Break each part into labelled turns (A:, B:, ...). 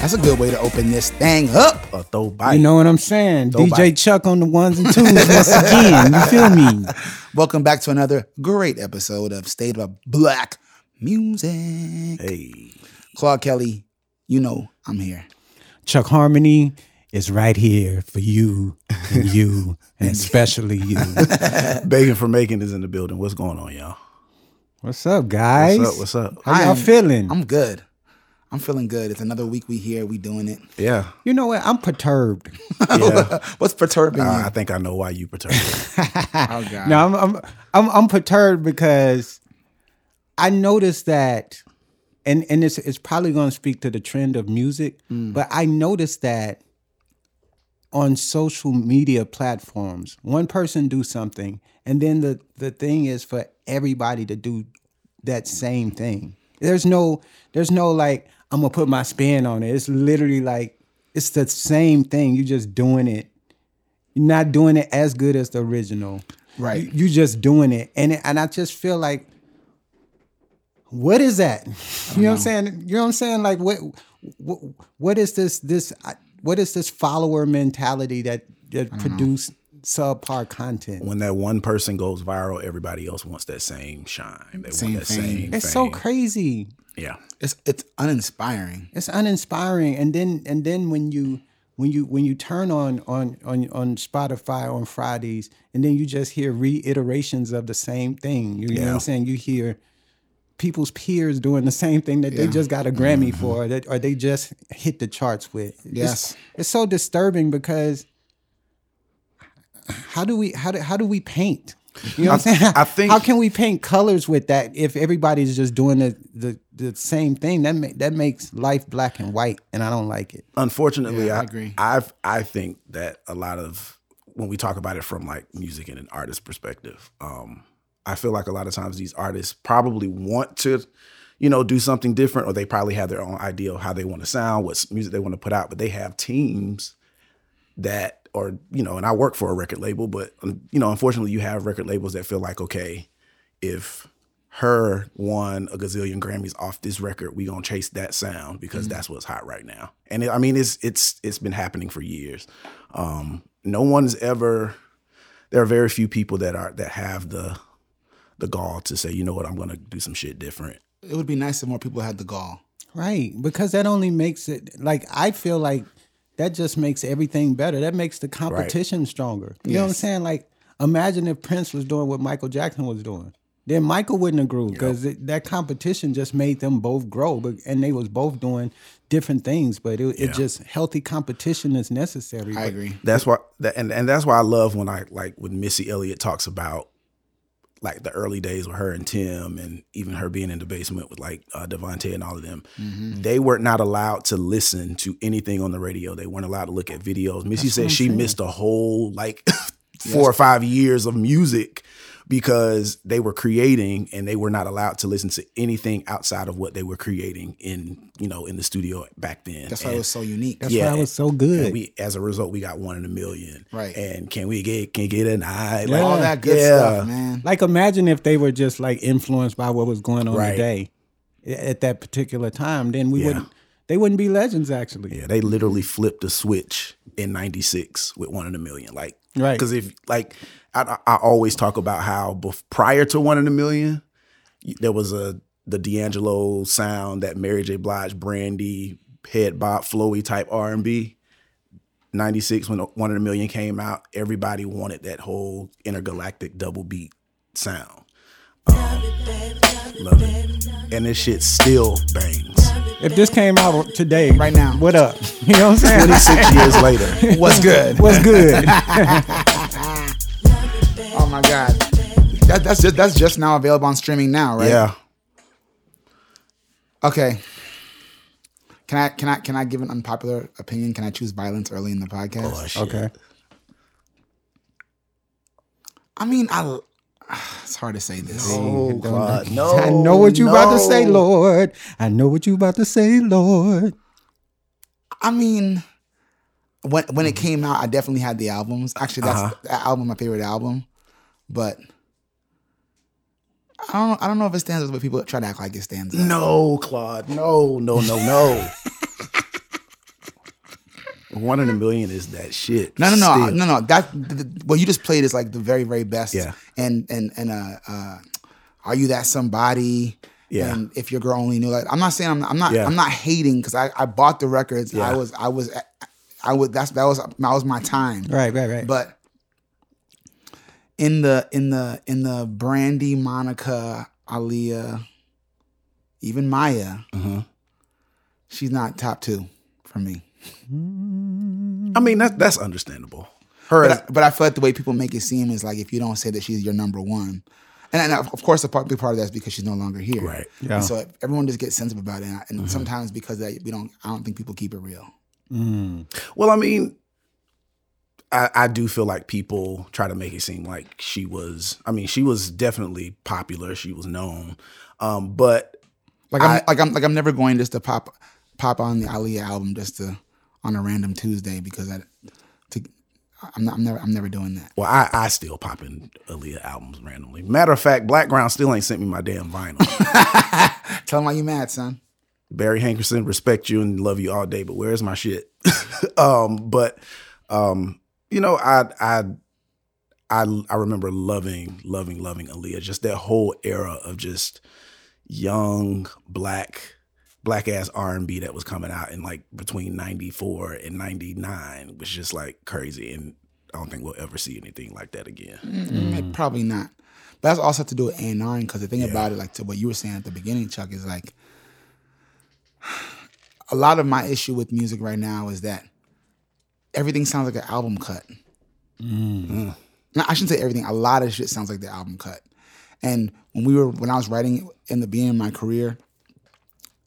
A: That's a good way to open this thing up. Or throw bite.
B: You know what I'm saying?
A: Throw
B: DJ
A: bite.
B: Chuck on the ones and twos once again. You feel me?
A: Welcome back to another great episode of State of Black Music.
C: Hey,
A: Claude Kelly, you know I'm here.
B: Chuck Harmony is right here for you and you and especially you.
C: Bacon for Making is in the building. What's going on, y'all?
B: What's up, guys?
C: What's up? What's up?
B: How y'all
A: I'm-
B: feeling?
A: I'm good. I'm feeling good. It's another week we here. We doing it.
C: Yeah,
B: you know what? I'm perturbed.
C: yeah.
A: What's perturbing
C: Uh, I
A: you?
C: think I know why you perturbed.
A: Oh God.
B: No, I'm I'm I'm, I'm perturbed because I noticed that, and and it's it's probably going to speak to the trend of music,
A: Mm.
B: but I noticed that on social media platforms, one person do something, and then the the thing is for everybody to do that same thing. There's no there's no like I'm gonna put my spin on it. It's literally like it's the same thing. You just doing it. You're not doing it as good as the original
A: Right.
B: you just doing it and it- and i just feel like what is that you know what i'm saying you know what i'm saying like what what, what is this this I- what is this follower mentality that that produce subpar content
C: when that one person goes viral, everybody else wants that same shine. They
A: Same
C: want that
A: fame.
C: same.
B: it's so
C: fame.
B: crazy
C: Yeah,
A: It's it's uninspiring.
B: it's uninspiring and then and then when you when you when you turn on on on on Spotify on Fridays and then you just hear reiterations of the same thing you, know what
C: Yeah.
B: I'm saying you hear people's peers doing the same thing that they just got a Grammy
C: Mm-hmm.
B: for that or they just hit the charts with It's-
A: Yes.
B: it's, so disturbing because how do we how do, how do we paint you know what I'm saying
C: I think-
B: how can we paint colors with that if everybody's just doing the the, the same thing that ma- that makes life black and white and I don't like it.
C: unfortunately,
A: Yeah, I
C: I,
A: agree.
C: I've I think that a lot of when we talk about it from like music and an artist perspective, um, I feel like a lot of times these artists probably want to, you know, do something different, or they probably have their own idea of how they want to sound, what s- music they want to put out, but they have teams that are, you know, and I work for a record label, but um, you know, unfortunately, you have record labels that feel like, okay, if her won a gazillion Grammys off this record, we gonna chase that sound because that's what's hot right now. And it, I mean, it's it's it's been happening for years. Um, no one's ever. There are very few people that are that have the the gall to say, you know what, I'm gonna do some shit different.
A: It would be nice if more people had the gall.
B: Right, because that only makes it like I feel like that just makes everything better. That makes the competition stronger. You know what I'm saying? Like, imagine if Prince was doing what Michael Jackson was doing, then Michael wouldn't have grew because that competition just made them both grow. But and they was both doing different things, but it, it just healthy competition is necessary.
A: I
B: But
A: agree.
C: That's why, that, and and that's why I love when I like when Missy Elliott talks about like the early days with her and Tim, and even her being in the basement with like uh, Devontae and all of them.
A: Mm-hmm.
C: They were not allowed to listen to anything on the radio. They weren't allowed to look at videos. Missy said she missed a whole like four or five years of music because they were creating and they were not allowed to listen to anything outside of what they were creating in you know in the studio back then.
A: That's why
C: And-
A: it was so unique.
B: That's why it was so good.
C: and we as a result we got one in a million.
A: Right.
C: And can we get can get an eye?
B: Yeah.
A: All that good
C: Yeah.
A: stuff, man.
B: Like imagine if they were just like influenced by what was going on
C: Right.
B: today a- at that particular time, then we
C: Yeah.
B: wouldn't they wouldn't be legends actually.
C: yeah, they literally flipped the switch in '96 with one in a million. Like,
B: Right.
C: Because if like I, I I always talk about how bef- prior to one in a million, y- there was a the D'Angelo sound that Mary J. Blige, Brandy, Head Bob, Flowy type R and B. 96 when one in a million came out everybody wanted that whole intergalactic double beat sound um, love it and this shit still bangs
B: If this came out today,
A: Right now.
B: what up? You know what I'm saying?
C: 26 years later
A: What's good?
B: What's good?
A: Oh my god, that, that's just that's just now available on streaming now, right?
C: yeah
A: Okay. Can I can I can I give an unpopular opinion? Can I choose violence early in the podcast?
C: Oh, shit.
B: okay.
A: I mean, I. It's hard to say this.
C: Oh, God. No.
B: I know what you about to say,
C: no.
B: Lord. I know what you about to say, Lord.
A: I mean, when when it came out, I definitely had the albums. Actually, that's
C: Uh-huh.
A: that album my favorite album, but I don't know, I don't know if it stands up, but people try to act like it stands up.
C: No, Claude. No, no, no, no. One in a million is that shit.
A: No, no, no,
C: Still.
A: no, no. That th- th- what you just played is like the very, very best.
C: Yeah.
A: And and and uh, uh are you that somebody?
C: Yeah.
A: And if your girl only knew, like, I'm not saying I'm, I'm not,
C: Yeah.
A: I'm not hating because I, I bought the records.
C: Yeah.
A: I was, I was, I was. That's that was that was my time.
B: Right, right, right.
A: But in the in the in the Brandy, Monica, Aaliyah, even Maya,
C: Mhm.
A: she's not top two for me.
C: I mean, that, that's understandable. Her,
A: But
C: as-
A: I, but I feel like the way people make it seem is like if you don't say that she's your number one, and, and of of course, a part, big part of that is because she's no longer here.
C: right.
B: Yeah.
A: And so everyone just gets sensitive about it, and, I- and sometimes because of that we don't, I don't think people keep it real.
B: Mm.
C: Well, I mean, I, I do feel like people try to make it seem like she was. I mean, she was definitely popular. She was known, um, but
A: Like I'm, like I'm, like I'm never going just to pop, pop on the Aaliyah album just to on a random Tuesday because I, to, I'm not, I'm never, I'm never doing that.
C: well, I, I still pop in Aaliyah albums randomly. Matter of fact, Blackground still ain't sent me my damn vinyl.
A: Tell them why you mad, son.
C: Barry Hankerson, respect you and love you all day, but where's my shit? um, but um, you know, I I I I remember loving, loving, loving Aaliyah. Just that whole era of just young black black ass R and B that was coming out in like between ninety four and ninety nine was just like crazy, and I don't think we'll ever see anything like that again.
A: Mm, Probably not. But that's also have to do with A nine because the thing about it, like to what you were saying at the beginning, Chuck, is like a lot of my issue with music right now is that everything sounds like an album cut. No, I shouldn't say everything. A lot of shit sounds like the album cut. And when we were when I was writing in the beginning of my career,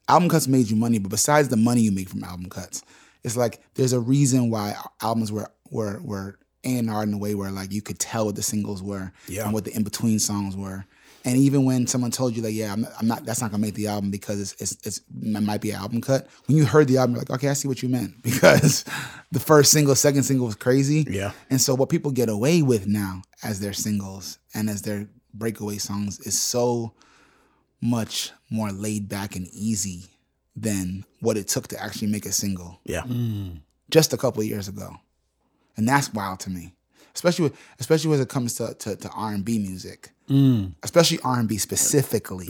A: album cuts made you money, but besides the money you make from album cuts, it's like there's a reason why albums were were were A and R in a way where like you could tell what the singles were
C: Yeah.
A: and what the in between songs were. And even when someone told you that, yeah, I'm not, I'm not that's not gonna make the album because it's, it's it's it might be an album cut. When you heard the album, you're like, okay, I see what you meant because the first single, second single was crazy.
C: Yeah.
A: And so what people get away with now as their singles and as their breakaway songs is so much more laid back and easy than what it took to actually make a single
C: Yeah,
A: just a couple of years ago. And that's wild to me. Especially with, especially when it comes to, to, to R&B music. Especially R&B specifically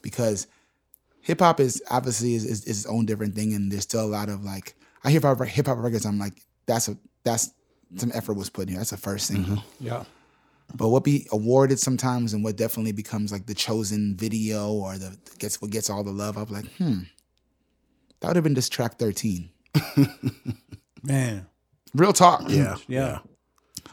A: because hip hop is obviously is, is, is its own different thing and there's still a lot of like I hear about hip hop records I'm like that's a that's some effort was put in here. That's the first single
B: Yeah.
A: but what be awarded sometimes and what definitely becomes like the chosen video or the gets what gets all the love i'm like hmm that would have been just track 13
B: Man.
A: real talk
C: yeah,
B: Yeah.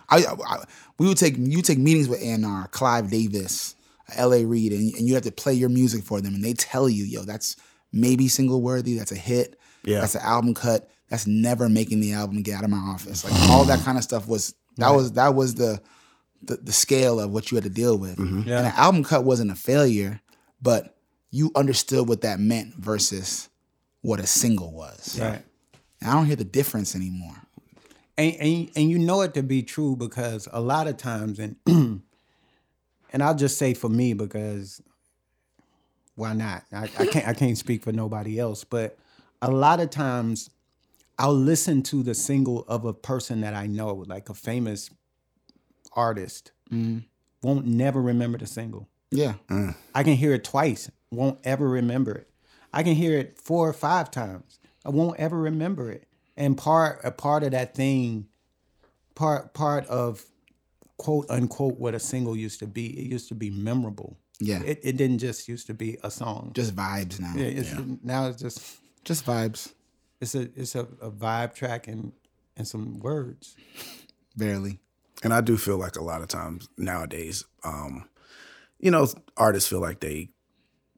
A: I, I we would take you take meetings with A&R, Clive Davis, L.A. Reid, and, and you have to play your music for them, and they tell you, yo, that's maybe single worthy, that's a hit,
C: Yeah.
A: that's an album cut, that's never making the album. Get out of my office, like all that kind of stuff was that was that was the the, the scale of what you had to deal with,
B: Yeah.
A: and an album cut wasn't a failure, but you understood what that meant versus what a single was.
B: Right.
A: And I don't hear the difference anymore.
B: and, and and you know it to be true because a lot of times and and I'll just say for me because why not? I, I can't I can't speak for nobody else, but a lot of times I'll listen to the single of a person that I know, like a famous artist, won't never remember the single.
A: Yeah,
B: I can hear it twice, won't ever remember it. I can hear it four or five times. I won't ever remember it. And part a part of that thing, part part of quote unquote what a single used to be, it used to be memorable.
A: yeah,
B: It, it didn't just used to be a song.
A: just vibes now.
B: It- it's, Now it's just
A: Just vibes,
B: it's a it's a, a vibe track and and some words.
A: barely.
C: and I do feel like a lot of times nowadays, um, you know, artists feel like they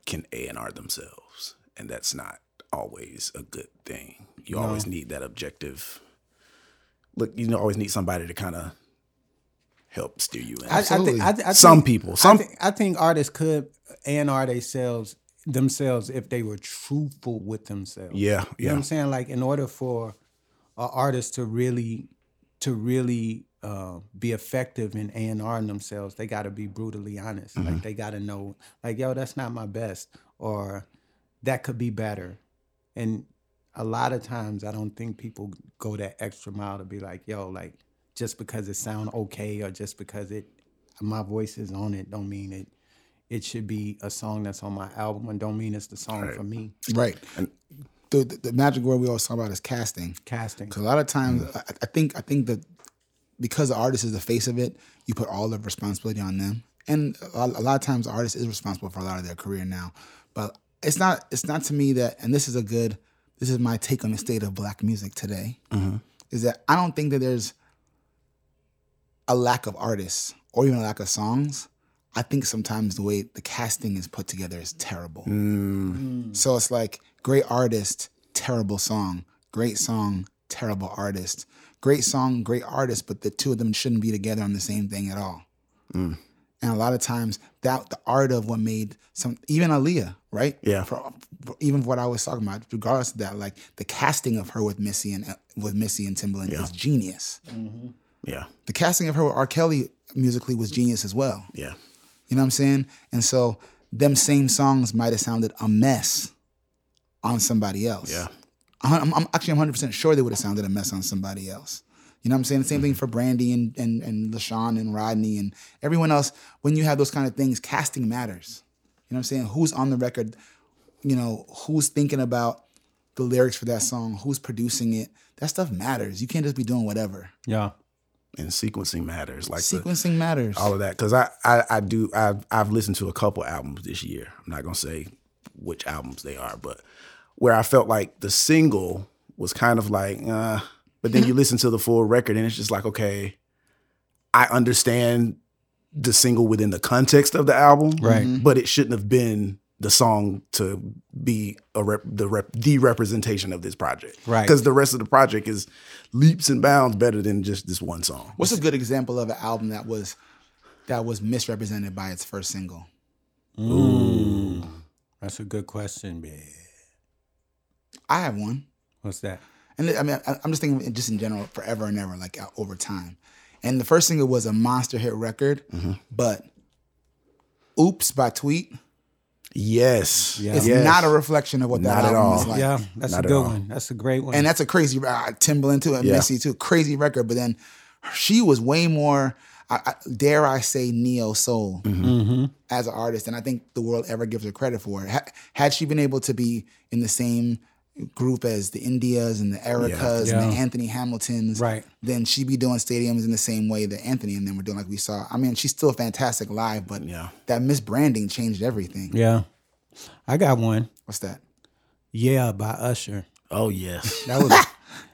C: can A and R themselves, and that's not always a good thing. You always need that objective. Look, you know, always need somebody to kind of help steer you in.
B: I, I think, I, I think,
C: some people,
B: I
C: some
B: think, I think artists could and are themselves themselves if they were truthful with themselves.
C: yeah,
B: You know what
C: yeah,
B: I'm saying? Like in order for an artist to really to really uh, be effective in A and R themselves, they gotta be brutally honest. Like they gotta know, like, yo, that's not my best or that could be better. And a lot of times I don't think people go that extra mile to be like, yo, like just because it sound okay or just because it my voice is on it don't mean it it should be a song that's on my album and don't mean it's the song for me.
A: Right. the, the the magic word we always talk about is casting.
B: Casting.
A: 'Cause a lot of times, I, I think I think that because the artist is the face of it, you put all the responsibility on them. And a, a lot of times, the artist is responsible for a lot of their career now. But it's not it's not to me that. And this is a good this is my take on the state of black music today. Is that I don't think that there's a lack of artists or even a lack of songs. I think sometimes the way the casting is put together is terrible.
C: Mm,
B: Mm.
A: So it's like great artist, terrible song. Great song, terrible artist. Great song, great artist, but the two of them shouldn't be together on the same thing at all. And a lot of times that the art of what made some even Aaliyah, right?
C: Yeah.
A: For, for- even what I was talking about, regardless of that, like the casting of her with Missy and with Missy and Timbaland is genius.
C: Yeah.
A: The casting of her with R. Kelly musically was genius as well.
C: Yeah.
A: You know what I'm saying? And so them same songs might have sounded a mess on somebody else.
C: Yeah.
A: I'm, I'm actually I'm 100 percent sure they would have sounded a mess on somebody else. You know what I'm saying? The same thing for Brandy and and and LaShawn and Rodney and everyone else. When you have those kind of things, casting matters. You know what I'm saying? Who's on the record? You know who's thinking about the lyrics for that song? Who's producing it? That stuff matters. You can't just be doing whatever.
B: Yeah.
C: And sequencing matters. Like the,
A: Sequencing matters.
C: all of that because I, I I do I've I've listened to a couple albums this year. I'm not gonna say which albums they are, but where I felt like the single was kind of like, uh, but then you listen to the full record and it's just like, okay, I understand the single within the context of the album,
B: Right.
A: Mm-hmm.
C: But it shouldn't have been the song to be a rep, the rep, the representation of this project,
B: Right.
C: Because the rest of the project is leaps and bounds better than just this one song.
A: What's a good example of an album that was that was misrepresented by its first single?
B: Ooh. That's a good question, man.
A: I have one,
B: What's that?
A: and I mean, I- I'm just thinking just in general, forever and ever, like uh, over time. And the first single was a monster hit record,
C: Mm-hmm.
A: but "Oops" by Tweet
C: Yes,
B: Yeah.
A: is
C: Yes.
A: not a reflection of what that
C: Not at
A: album
C: all.
A: is like.
B: yeah, that's a
C: not at
B: good
C: all.
B: one. That's a great one.
A: and that's a crazy uh, Timbaland too, and
C: Yeah.
A: Missy too, crazy record. But then she was way more, I, I, dare I say, neo soul
B: Mm-hmm.
A: as an artist, and I think the world ever gives her credit for it. Ha- had she been able to be in the same group as the Indias and the Ericas and the
B: Yeah.
A: Anthony Hamiltons,
B: Right.
A: Then she'd be doing stadiums in the same way that Anthony and them were doing, like we saw. I mean, she's still fantastic live, but
C: Yeah.
A: that misbranding changed everything.
B: yeah. I got one.
A: What's that?
B: Yeah, by Usher.
C: Oh yes.
B: That was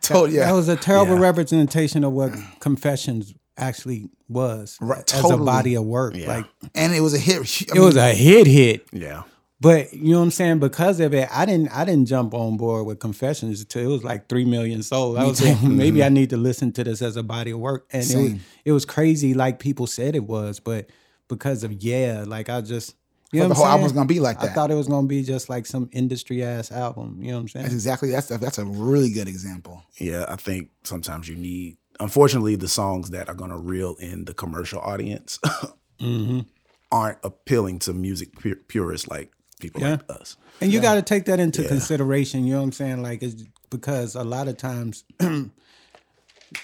A: Totally,
B: that
A: Oh, yeah.
B: was a terrible
C: Yeah.
B: representation of what Confessions actually was
A: Right,
B: as a
A: totally.
B: body of work. Like
A: and it was a hit. She- I
B: it was a hit hit.
C: yeah.
B: But you know what I'm saying? Because of it, I didn't I didn't jump on board with Confessions until it was like three million sold. I was like, maybe
A: Mm-hmm.
B: I need to listen to this as a body of work. And it was, it was crazy, like people said it was, but because of yeah, like I just you know
A: the
B: what I'm
A: whole
B: saying?
A: album's gonna be like
B: I
A: that.
B: thought it was gonna be just like some industry ass album. You know what I'm
A: That's
B: saying?
A: exactly that's a, that's a really good example.
C: Yeah. I think sometimes you need unfortunately the songs that are gonna reel in the commercial audience aren't appealing to music pu- purists like people like us.
B: And you got to take that into consideration. You know what I'm saying? Like, it's because a lot of times, and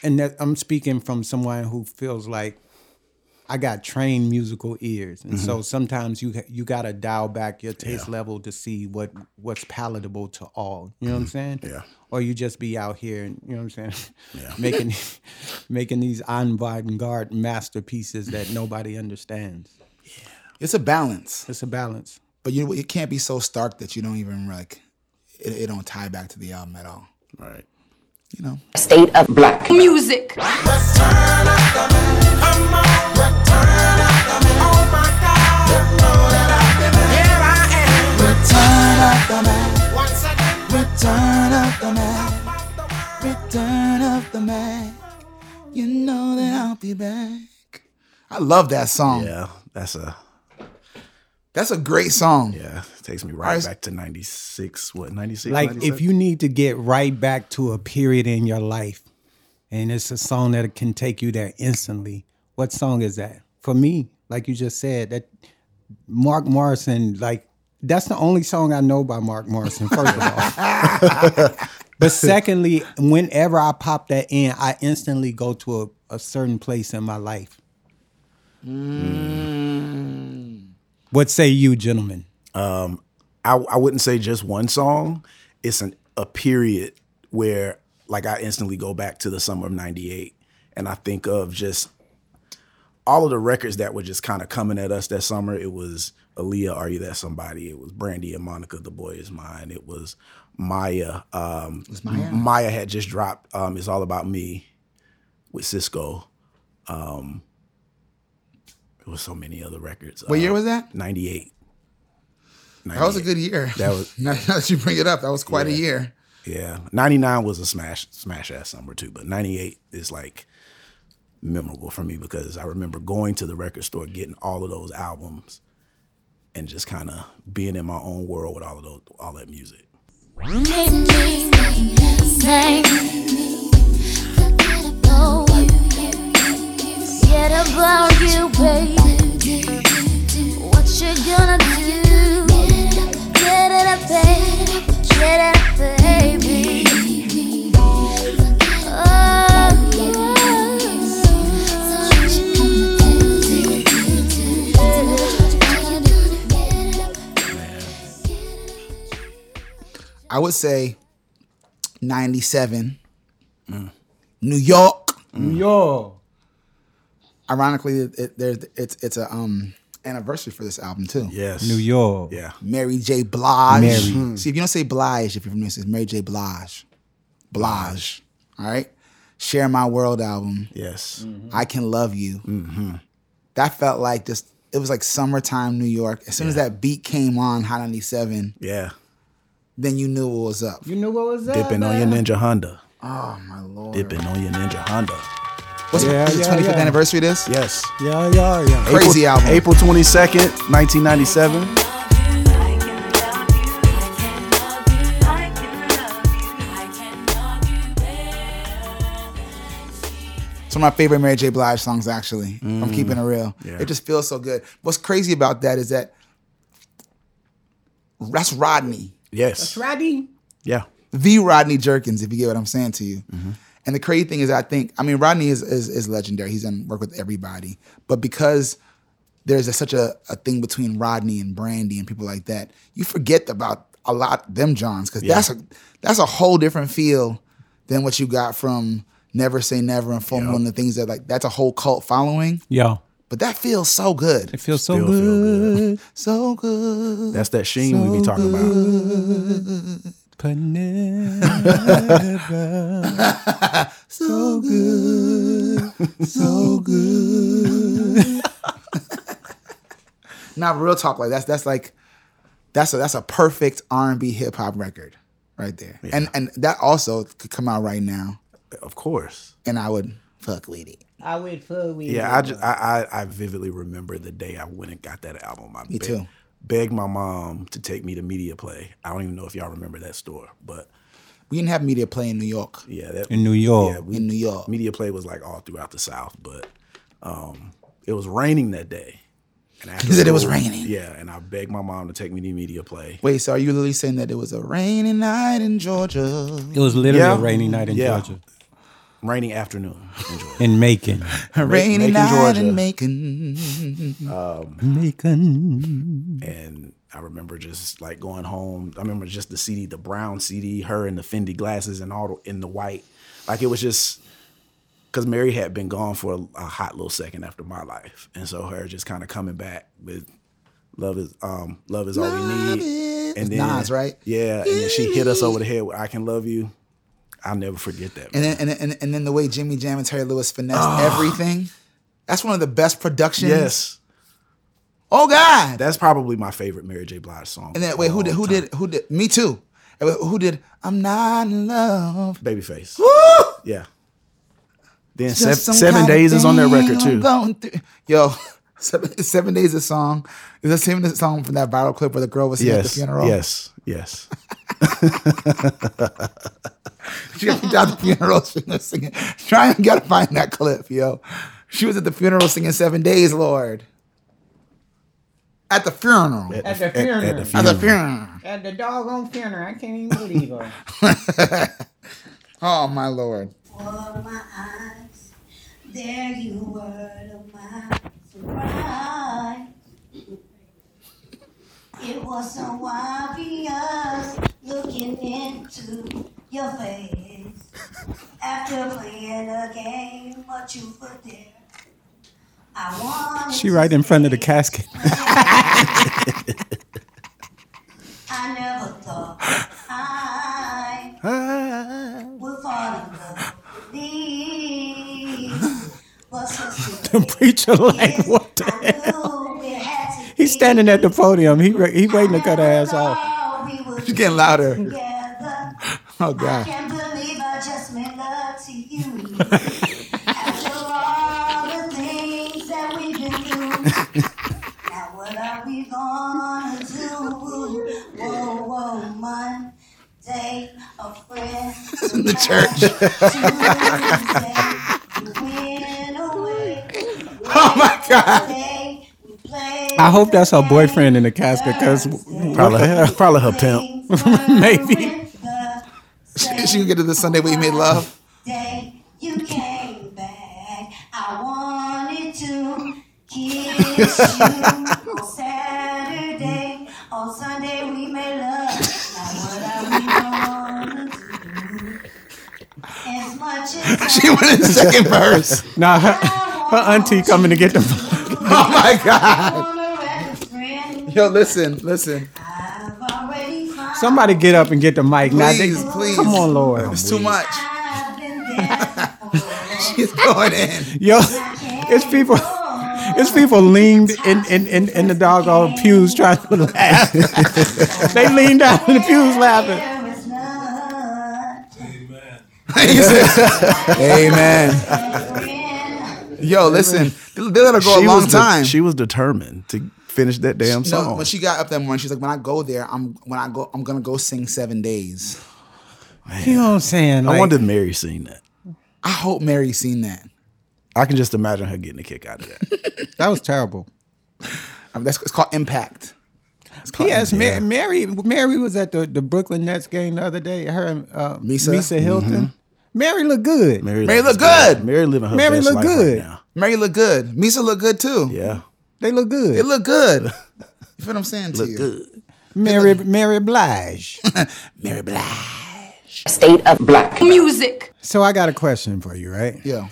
B: that I'm speaking from someone who feels like I got trained musical ears, and so sometimes you you got to dial back your taste level to see what what's palatable to all. You know what I'm saying?
C: Yeah.
B: Or you just be out here, and you know what I'm saying, making making these avant-garde masterpieces that nobody understands.
A: It's a balance,
B: It's a balance.
A: but you it can't be so stark that you don't even like it, it don't tie back to the album at all.
C: Right.
A: You know,
D: State of black
E: music.
A: Return of the Mac, Return of the Mac. You know that I'll be back. I love that song.
C: Yeah. That's a
A: That's a great song.
C: yeah. It takes me right
A: Ours-
C: back to ninety six. What ninety six?
B: like if you need to get right back to a period in your life and it's a song that can take you there instantly what song is that for me like you just said that mark morrison like that's the only song i know by mark morrison first of all But secondly, whenever I pop that in, I instantly go to a, a certain place in my life. Mm. What say you, gentlemen?
C: I, I wouldn't say just one song. It's an a period where like I instantly go back to the summer of '98, and I think of just all of the records that were just kind of coming at us that summer. It was Aaliyah, "Are You That Somebody?" It was Brandy and Monica, "The Boy Is Mine." It was Maya. Um, Maya. had just dropped um, "It's All About Me" with Cisco. Um, it was so many other records. Uh,
A: What year was that?
C: '98.
A: That was a good year.
C: That was-
A: now that you bring it up, that was quite a year.
C: Yeah, ninety nine was a smash smash ass number too, but ninety eight is like memorable for me because I remember going to the record store, getting all of those albums, and just kind of being in my own world with all of those, all that music.
D: Forget about you, baby. What you gonna do? Get it up, baby. Get it up, baby. Oh,
A: I would say 97.
C: Mm.
A: New York.
B: Yo.
A: Ironically, it, it, there's it's it's a um anniversary for this album too.
C: Yes,
B: New York.
C: Yeah,
A: Mary J. Blige. Hmm.
B: Mary. Hmm.
A: See, if you don't say Blige, if you're from New York, it's Mary J. Blige. Blige. All right? Share My World album.
C: yes,
B: Mm-hmm.
A: I Can Love You. That felt like just, it was like summertime New York. As soon as that beat came on, Hot 97,
C: yeah.
A: then you knew what was up.
B: You knew what was up?
C: Dipping on your ninja Honda,
A: Oh, my Lord.
C: dipping on your ninja Honda.
A: What's
B: Yeah,
A: is it
B: yeah,
A: 25th
B: yeah.
A: anniversary of this?
C: Yes,
B: Yeah, yeah, yeah.
A: Crazy
C: April,
A: album.
C: April twenty second, nineteen ninety seven.
A: It's one of my favorite Mary J. Blige songs, actually. if
B: Mm.
A: I'm keeping it real.
C: Yeah.
A: It just feels so good. What's crazy about that is that that's Rodney.
C: Yes,
B: Friday.
C: yeah,
A: the Rodney Jerkins, if you get what I'm saying to you. And the crazy thing is, I think, I mean, Rodney is is, is legendary. He's done work with everybody, but because there's a, such a, a thing between Rodney and Brandy and people like that, you forget about a lot them Johns because that's a that's a whole different feel than what you got from Never Say Never and Full Moon and the things that like that's a whole cult following.
B: Yo.
A: But that feels so good,
B: It feels so
C: Still feel
B: good.
C: good.
A: so good.
C: That's that sheen we be talking about.
B: But now-
A: so good, so good. Not real talk like that's that's like that's a that's a perfect R and B hip hop record right there, and and that also could come out right now,
C: Of course.
A: and I would fuck with it.
C: Yeah, I just I, I I vividly remember the day I went and got that album. I me
A: too.
C: Begged my mom to take me to Media Play. I don't even know if y'all remember that store, but
A: We didn't have media play in New York.
C: yeah, that
B: in New
C: yeah,
B: York.
C: we,
A: In New York,
C: Media Play was like all throughout the South, but um, it was raining that day. And after
A: He said it was
C: school-
A: raining.
C: Yeah, and I begged my mom to take me to Media Play.
A: wait, so are you literally saying that it was a rainy night in Georgia?
B: It was literally
C: Yeah.
B: a rainy night in
C: Yeah.
B: Georgia.
C: Rainy afternoon. Enjoy.
B: In Macon.
A: A rainy
C: Macon,
A: night
C: Georgia.
A: in Macon.
B: Macon.
C: and I remember just like going home. I remember just the CD, the brown CD, her in the Fendi glasses and all the, in the white. Like it was just because Mary had been gone for a, a hot little second after my life, and so her just kind of coming back with love is um love is all we
A: Love
C: need.
A: is-
C: And
A: It's Nas, right?
C: Yeah, and then she hit us over the head with "I Can Love You." I'll never forget that.
A: And
C: man.
A: then, and, and, and then the way Jimmy Jam and Terry Lewis finesse everything. That's one of the best productions.
C: Ah. yes,
A: Oh God.
C: that's probably my favorite Mary J. Blige song.
A: and then wait, who did who did who did me too? And wait, Who did I'm not in love?
C: Babyface?
A: Woo!
C: Yeah. Then Sev-
A: Just some
C: seven
A: kinda
C: days is on that
A: thing
C: record
A: I'm
C: too.
A: going through. Yo, seven, seven days is a song. Is that same as the song from that viral clip where the girl was singing at the
C: Yes.
A: funeral?
C: Yes. Yes.
A: She got me down at the funeral she was singing. Try and gotta find that clip, yo. She was at the funeral singing Seven Days, Lord. At the funeral.
E: At the
C: At- at
E: funeral.
C: the
A: At the
C: funeral.
A: funeral.
E: At the doggone funeral. I can't even believe her.
A: Oh my lord.
D: All of my eyes, there you were to my surprise. It was so obvious looking into your face. After playing a game, what you put there, I wanted
B: She
D: to
B: right in front of the
D: stay.
B: casket.
D: I never thought I would fall in love with these. But since
B: the preacher like, what the hell? He's standing at the podium. He re- he waiting to cut her ass off.
A: She's getting louder.
D: Together.
A: Oh
D: I
A: god.
D: can't believe I just made love to you. After all the things that we've been through, now what are we gonna do? Whoa, whoa, Monday, a friend.
A: In the church.
D: oh
A: my God.
B: I hope that's her boyfriend in the casket, cause what
C: Probably,
B: the hell?
C: probably her pimp.
B: Maybe.
A: She, she can get to the Sunday we made love.
D: Day you came back, I wanted to kiss you on Saturday. On Sunday we made love. Now what are we gonna do? As much as
A: She went in the second verse.
B: Nah, her, her auntie coming to get them.
A: Oh my god.
D: I wanna friend,
A: Yo, listen, listen.
D: I've already found.
B: Somebody get up and get the mic. Now they,
A: Please, please.
B: come on, Lord.
A: It's too much.
D: I've been there before.
A: She's going in.
B: Yo, it's people. It's people leaned in in in, in the doggone pews trying to laugh. they leaned down in the pews laughing.
D: There is none.
A: He says, Amen.
D: Friend,
A: Yo, listen. They they let her go a long
C: was de-
A: time.
C: she was determined to finish that damn
A: No,
C: song.
A: when she got up that morning, she's like, "When I go there, I'm when I go, I'm gonna go sing seven days."
B: You know what I'm saying?
C: I
B: Like,
C: wonder if Mary seen that.
A: I hope Mary seen that.
C: I can just imagine her getting a kick out of that.
B: That was terrible.
A: I mean, that's it's called impact.
B: P.S.
C: Yeah.
B: Ma- Mary Mary was at the, the Brooklyn Nets game the other day. Her and uh,
A: Misa?
B: Misa, Hilton. Mary looked good.
A: Mary
C: look
A: look good.
C: Mary living her
B: Mary
C: best
B: look
C: life
B: good.
C: right now.
A: Mary look good. Misa look good too.
C: Yeah,
B: They look good.
A: It look good. You feel what I'm saying to you?
B: Mary Mary Blige.
A: Mary Black.
E: State of black music.
B: so I got a question for you, right?
A: Yo,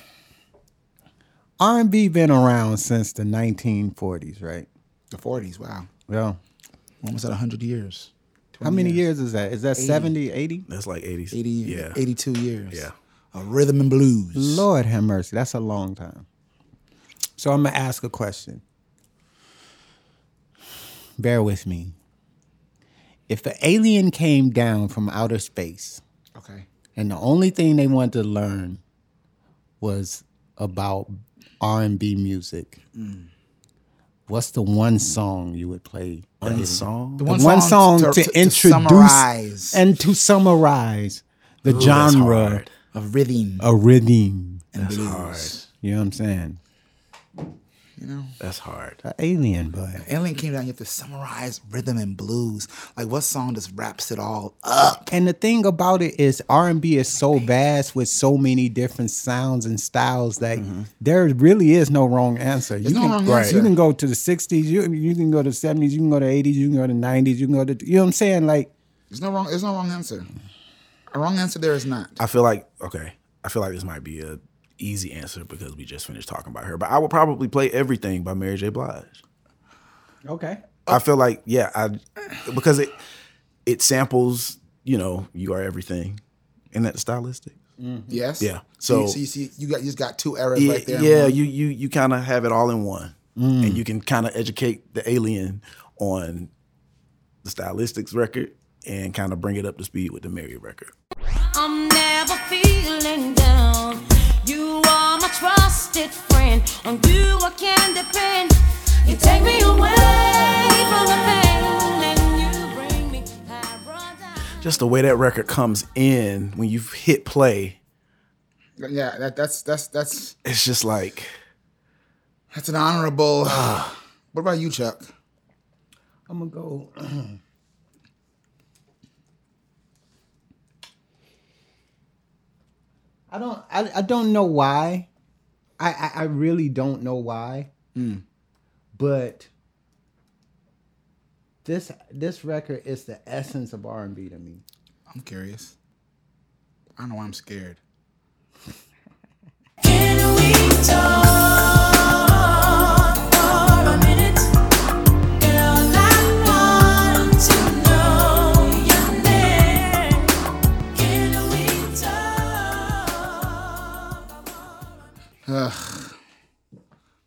B: R and B been around since the 1940s, right?
A: the 40s. Wow,
B: Yeah.
A: We're almost at 100 years.
B: How many years is that? Is that 70, 80?
C: that's like eighties.
A: 80
C: Yeah,
A: 82 years.
C: Yeah.
A: Of rhythm and blues.
B: Lord have mercy. That's a long time. So I'm gonna ask a question. Bear with me. If an alien came down from outer space
A: Okay.
B: and the only thing they wanted to learn was about R&B music, what's the one song you would play? for
C: One
B: alien-
C: song.
B: the one song to, introduce
A: summarize
B: and to summarize the genre
C: hard.
A: of
C: Oh,
A: rhythm
B: a rhythm.
A: and blues.
B: You know what I'm saying?
C: That's hard.
B: An alien, but
A: Alien came down. You have to summarize rhythm and blues. Like what song just wraps it all up?
B: and the thing about it is r&b is so vast with so many different sounds and styles that there really is no wrong answer you,
A: Mm-hmm. no
B: can,
A: wrong Right. answer.
B: you can go to the 60s you, you can go to the 70s you can go to 80s you can go to 90s you can go to you know what i'm saying like
A: There's no wrong. There's no wrong answer. A wrong answer there is not.
C: I feel like okay. I feel like this might be a easy answer because we just finished talking about her. But I would probably play everything by Mary J. Blige.
B: okay
C: I feel like yeah, I because it it samples you know you are everything, and that stylistic.
A: Yes.
C: Yeah.
A: So,
C: So-
A: you, so you see, you got you just got two eras
C: Yeah,
A: right there. in
C: yeah,
A: one.
C: you you you kind of have it all in one, and you can kind of educate the alien on the stylistics record and kind of bring it up to speed with the Mary record.
F: I'm never feeling down. You are my trusted friend. On you I can depend. You take me away from the pain and you bring me paradise.
C: Just the way that record comes in when you hit play,
A: yeah. That, that's that's that's
C: it's just like
A: that's an honorable. what about you, Chuck?
B: i'm gonna go I don't. I, I don't know why. I, I I really don't know why.
A: Hmm.
B: But this this record is the essence of R and B to me.
A: I'm curious. I don't know why I'm scared.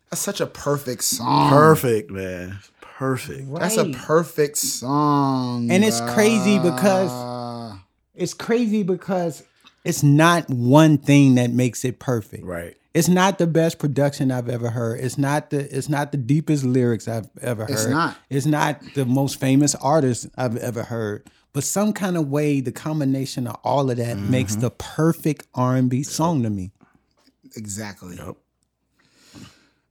A: That's such a perfect song.
C: Perfect, man. Perfect.
A: That's a
B: Right.
A: perfect song.
B: and it's crazy because it's crazy because it's not one thing that makes it perfect.
C: Right.
B: It's not the best production I've ever heard. It's not the it's not the deepest lyrics I've ever heard.
A: It's not.
B: It's not the most famous artist I've ever heard. But some kind of way, the combination of all of that makes
A: Mm-hmm.
B: the perfect R and B song to me.
A: Exactly.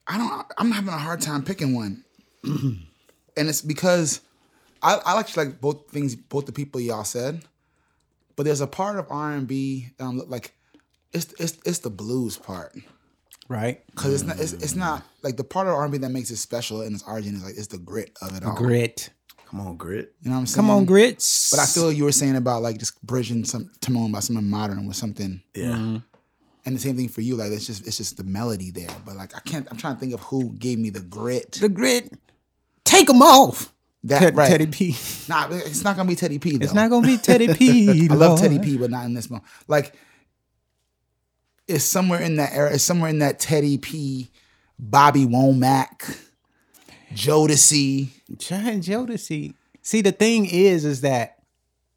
A: I don't. I'm having a hard time picking one, and it's because I, I actually like both things, both the people y'all said, but there's a part of R and B um, like it's it's it's the blues part
B: Right?
A: because it's not it's, it's not like the part of R and B that makes it special and its origin is like it's the grit of it all.
B: Grit.
C: Come on, grit.
A: You know what I'm saying?
B: Come on, grits.
A: But I feel you were saying about like just bridging some Timon by something modern with something
C: Yeah.
A: and the same thing for you. Like it's just it's just the melody there. But like I can't. I'm trying to think of who gave me the grit.
B: the grit. Take them off.
A: That
B: Ted-
A: right.
B: Teddy P.
A: Nah, it's not gonna be Teddy P. Though.
B: It's not gonna be Teddy P.
A: I love Teddy
B: Lord.
A: P. But not in this one. Like it's somewhere in that era. It's somewhere in that Teddy P. Bobby Womack, Jodeci.
B: John Jodeci. See, the thing is, is that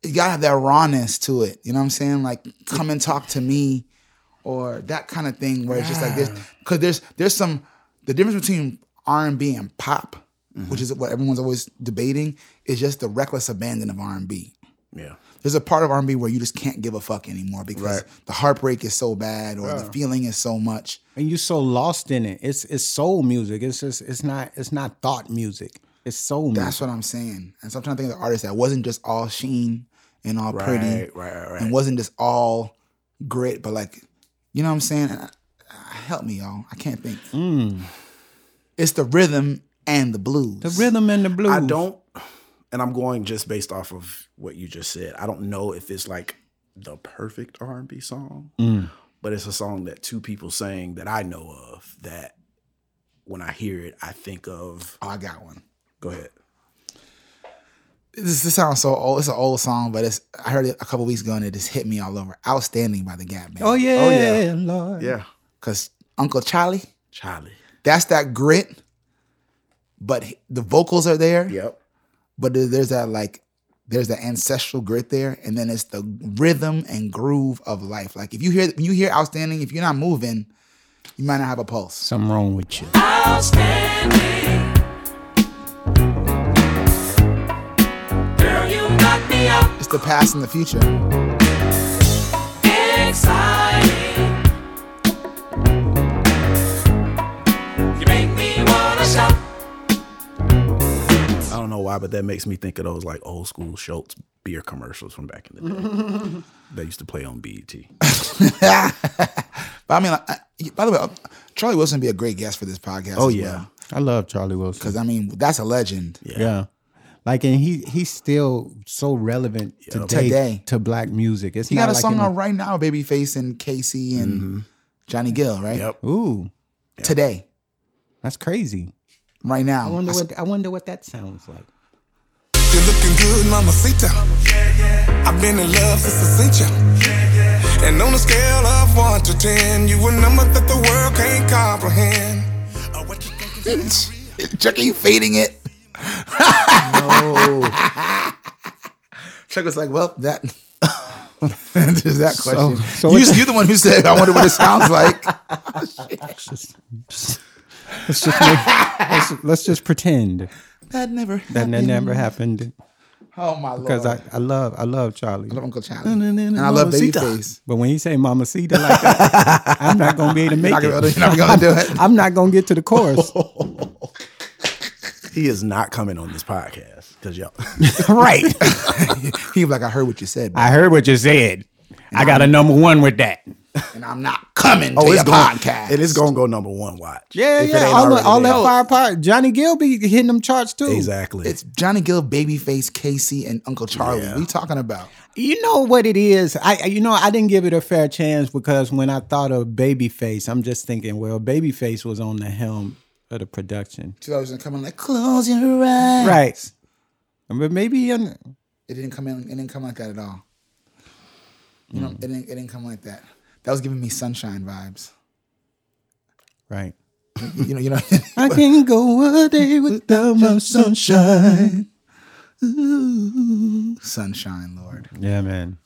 A: You gotta have that rawness to it. You know what I'm saying? Like come and talk to me, or that kind of thing. Where it's just like this, because there's there's some the difference between R and B and pop, which is what everyone's always debating, is just the reckless abandon of R and B.
C: Yeah.
A: there's a part of R&B where you just can't give a fuck anymore because the heartbreak is so bad or the feeling is so much.
B: and you're so lost in it. It's it's soul music. It's just it's not it's not thought music. It's soul music.
A: That's what I'm saying. And so I'm trying to think of the artist that wasn't just all sheen and all pretty
C: Right, right, right, right.
A: and wasn't just all grit, but like, you know what I'm saying? And I- I- Help me, y'all. I can't think. It's the rhythm and the blues.
B: Mm. the rhythm and the blues.
C: I don't, and I'm going just based off of what you just said. I don't know if it's like the perfect R&B song, but it's a song that two people sang that I know of that when I hear it, I think of.
A: Oh, I got one.
C: Go ahead.
A: This, this sounds so old. It's an old song, but it's I heard it a couple weeks ago and it just hit me all over. Outstanding by the Gap Band.
B: Oh yeah,
C: Oh, yeah.
B: Lord.
C: Yeah,
A: Cause Uncle Charlie.
C: Charlie.
A: that's that grit but h- the vocals are there
C: Yep.
A: but there- there's that like there's that ancestral grit there and then it's the rhythm and groove of life like if you hear when you hear outstanding if you're not moving you might not have a pulse
B: Something wrong with you.
A: it's the past and the future
C: I don't know why, but that makes me think of those like old school Schultz beer commercials from back in the day. they used to play on E BET.
A: but i mean like, I, by the way uh, charlie wilson would be a great guest for this podcast
C: Oh
A: as
C: yeah,
B: I love Charlie Wilson.
A: because i mean that's a legend
B: Yeah. Like and he he's still so relevant today,
A: Today.
B: to black music. It's
A: he
B: not
A: got a
B: like
A: song
B: in
A: out right now babyface and casey and johnny gill right
C: Mm-hmm. Yep.
B: the- Ooh,
A: today
B: that's crazy.
A: right now
B: I wonder what I wonder what that sounds like.
G: You're looking good, mamacita. I've been in love since I seen ya. And on a scale of one to ten, you a number that the world can't comprehend. Oh, what you think is
A: Chuck, are you fading it? Chuck was like, well, that answers that question.
B: Oh, so
A: you,
B: it's-
A: you're the one who said, I wonder what it sounds like.
B: Let's just make, let's, let's just pretend
A: that never
B: that
A: happened.
B: that never happened
A: Oh, my Lord.
B: because I, I love I love Charlie.
A: love Uncle Charlie. And I love
C: Mamacita.
A: Babyface.
B: But when you say Mama Cedar like that, I'm not gonna be able to
A: You're
B: make
A: not
B: it.
A: going to do it.
B: I'm not gonna get to Oh. the chorus.
C: He is not coming on this podcast because y'all.
B: right.
A: he was like, I heard what you said.
B: I heard what you said. I got a number one with that.
A: and I'm not coming to your
C: gonna,
A: podcast.
C: And Oh, it's gonna go number one watch.
B: Yeah,
C: If it
B: yeah.
C: ain't
B: All, the-
C: already
B: all that
C: there.
B: fire part. Johnny Gill be hitting them charts too.
C: Exactly.
A: It's Johnny Gill, Babyface, Casey, and Uncle Charlie. We talking about?
B: You know what it is? I I- you know I didn't give it a fair chance because when I thought of Babyface, I'm just thinking, well, Babyface was on the helm of the production,
A: Two dollars and come in like close your eyes.
B: right? But maybe in,
A: It didn't come in. It didn't come like that at all. You know, it didn't. It didn't come like that. That was giving me sunshine vibes.
B: right.
A: You know. You know.
B: I can go a day without my sunshine.
A: sunshine, Lord.
B: Yeah, man.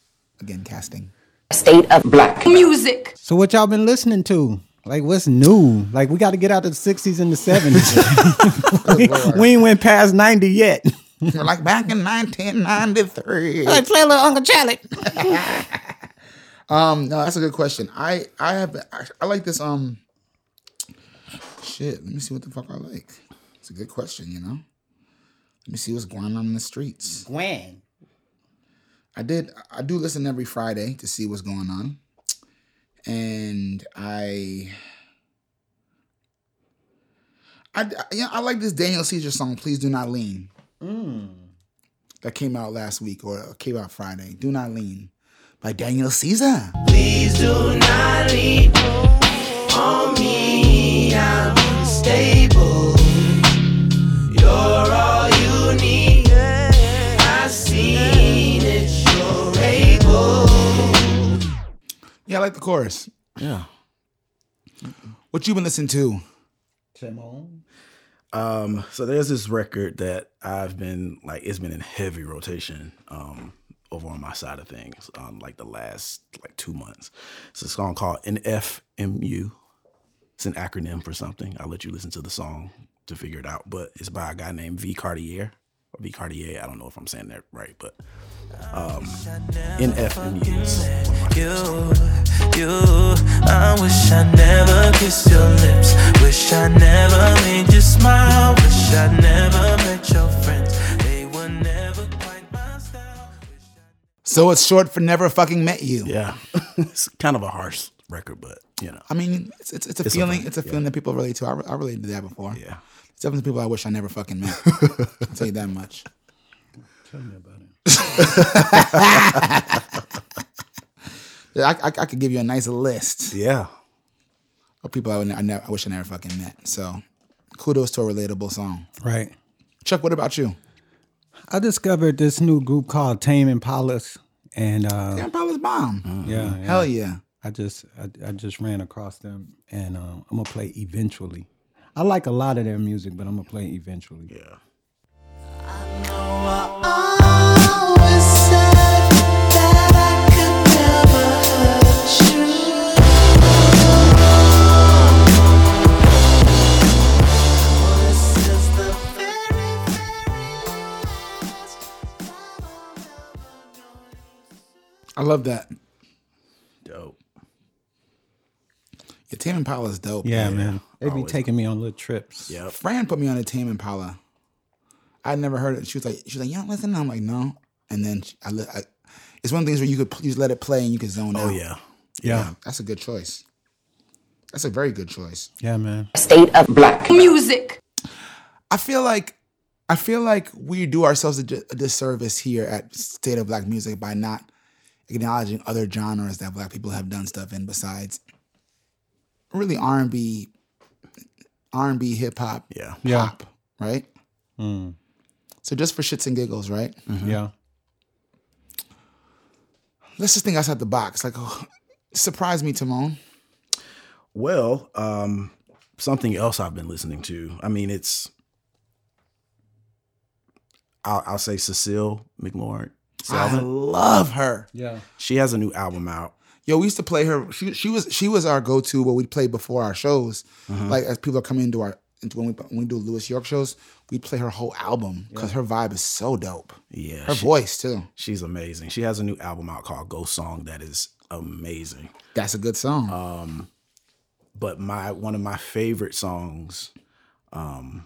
A: Again, casting.
E: State of black music.
B: So what y'all been listening to? Like what's new? Like we got to get out of the '60s and the '70s. we, we ain't went past '90 yet.
A: We're like back in 1993.
B: Like, play a little Uncle Charlie.
A: Um, no, that's a good question. I I have I, I like this. Um, shit. Let me see what the fuck I like. It's a good question. You know. Let me see what's going on in the streets.
B: When?
A: I did. I do listen every Friday to see what's going on, and I. I yeah, I like this Daniel Caesar song. Please do not lean. That came out last week or came out Friday. Do not lean by Daniel Caesar. Yeah, I like the chorus.
C: yeah.
A: What you been listening to?
C: Um, so there's this record that I've been like it's been in heavy rotation um over on my side of things um like the last like two months. It's a song called NFMU. It's an acronym for something. I'll let you listen to the song to figure it out, but it's by a guy named V Cartier or V Cartier. I don't know if I'm saying that right, but um NFMU. is one of my
H: You, you, I wish I never kissed your lips. Wish I never made you smile. Wish I never met your friends. They were never quite my style.
A: So it's short for never fucking met you.
C: Yeah. it's kind of a harsh record, but you know.
A: I mean, it's it's, it's a
C: It's
A: feeling.
C: okay,
A: It's a
C: yeah.
A: feeling that people relate to. I, re- I related to that before.
C: Yeah.
A: It's definitely people I wish I never fucking met. I'll tell you that much. Tell me about it. I, I, I could give you a nice list
C: Yeah.
A: of people I, would, ne- I, never, I wish I never fucking met. So, kudos to a relatable song.
B: Right.
A: Chuck, what about you?
B: I discovered this new group called Tame Impalas, and uh,
A: Damn, Paula's bomb.
B: yeah, yeah,
A: Hell yeah.
B: I just I, I just ran across them, and uh, I'm gonna play eventually. I like a lot of their music, but I'm gonna play eventually.
C: Yeah.
A: I love that.
C: Dope.
A: Yeah, Tame Impala is dope.
B: Yeah, man. They be
C: Always.
B: taking me on little trips.
C: Yep.
A: Fran put me on a Tame Impala. I never heard it. She was like, she was like, you don't listen. I'm like, no. And then she, I, li- I, it's one of the things where you could pl- you just let it play and you could zone out.
C: Oh yeah.
B: yeah,
A: that's a good choice. That's a very good choice.
B: yeah, man.
E: State of black music.
A: I feel like, I feel like we do ourselves a, di- a disservice here at State of Black Music by not acknowledging other genres that Black people have done stuff in besides really R and B, R and B, hip hop,
C: Yeah.
B: Yeah.
A: pop, right?
C: Hmm.
A: So just for shits and giggles, right?
B: Yeah.
A: Let's just think outside the box. Like, oh, surprise me, Timon.
C: Well, um, something else I've been listening to. I mean, it's I'll, I'll say Cecile McLaurin.
A: I
C: Salvin.
A: love her.
B: Yeah.
C: She has a new album out.
A: Yo, we used to play her. She she was she was our go to, what we'd play before our shows. Like as people are coming into our into when we when we do Lewis York shows, we'd play her whole album because her vibe is so dope.
C: Yeah,
A: Her
C: she-
A: voice too.
C: she's amazing. She has a new album out called Ghost Song that is amazing.
A: That's a good song.
C: But my one of my favorite songs um,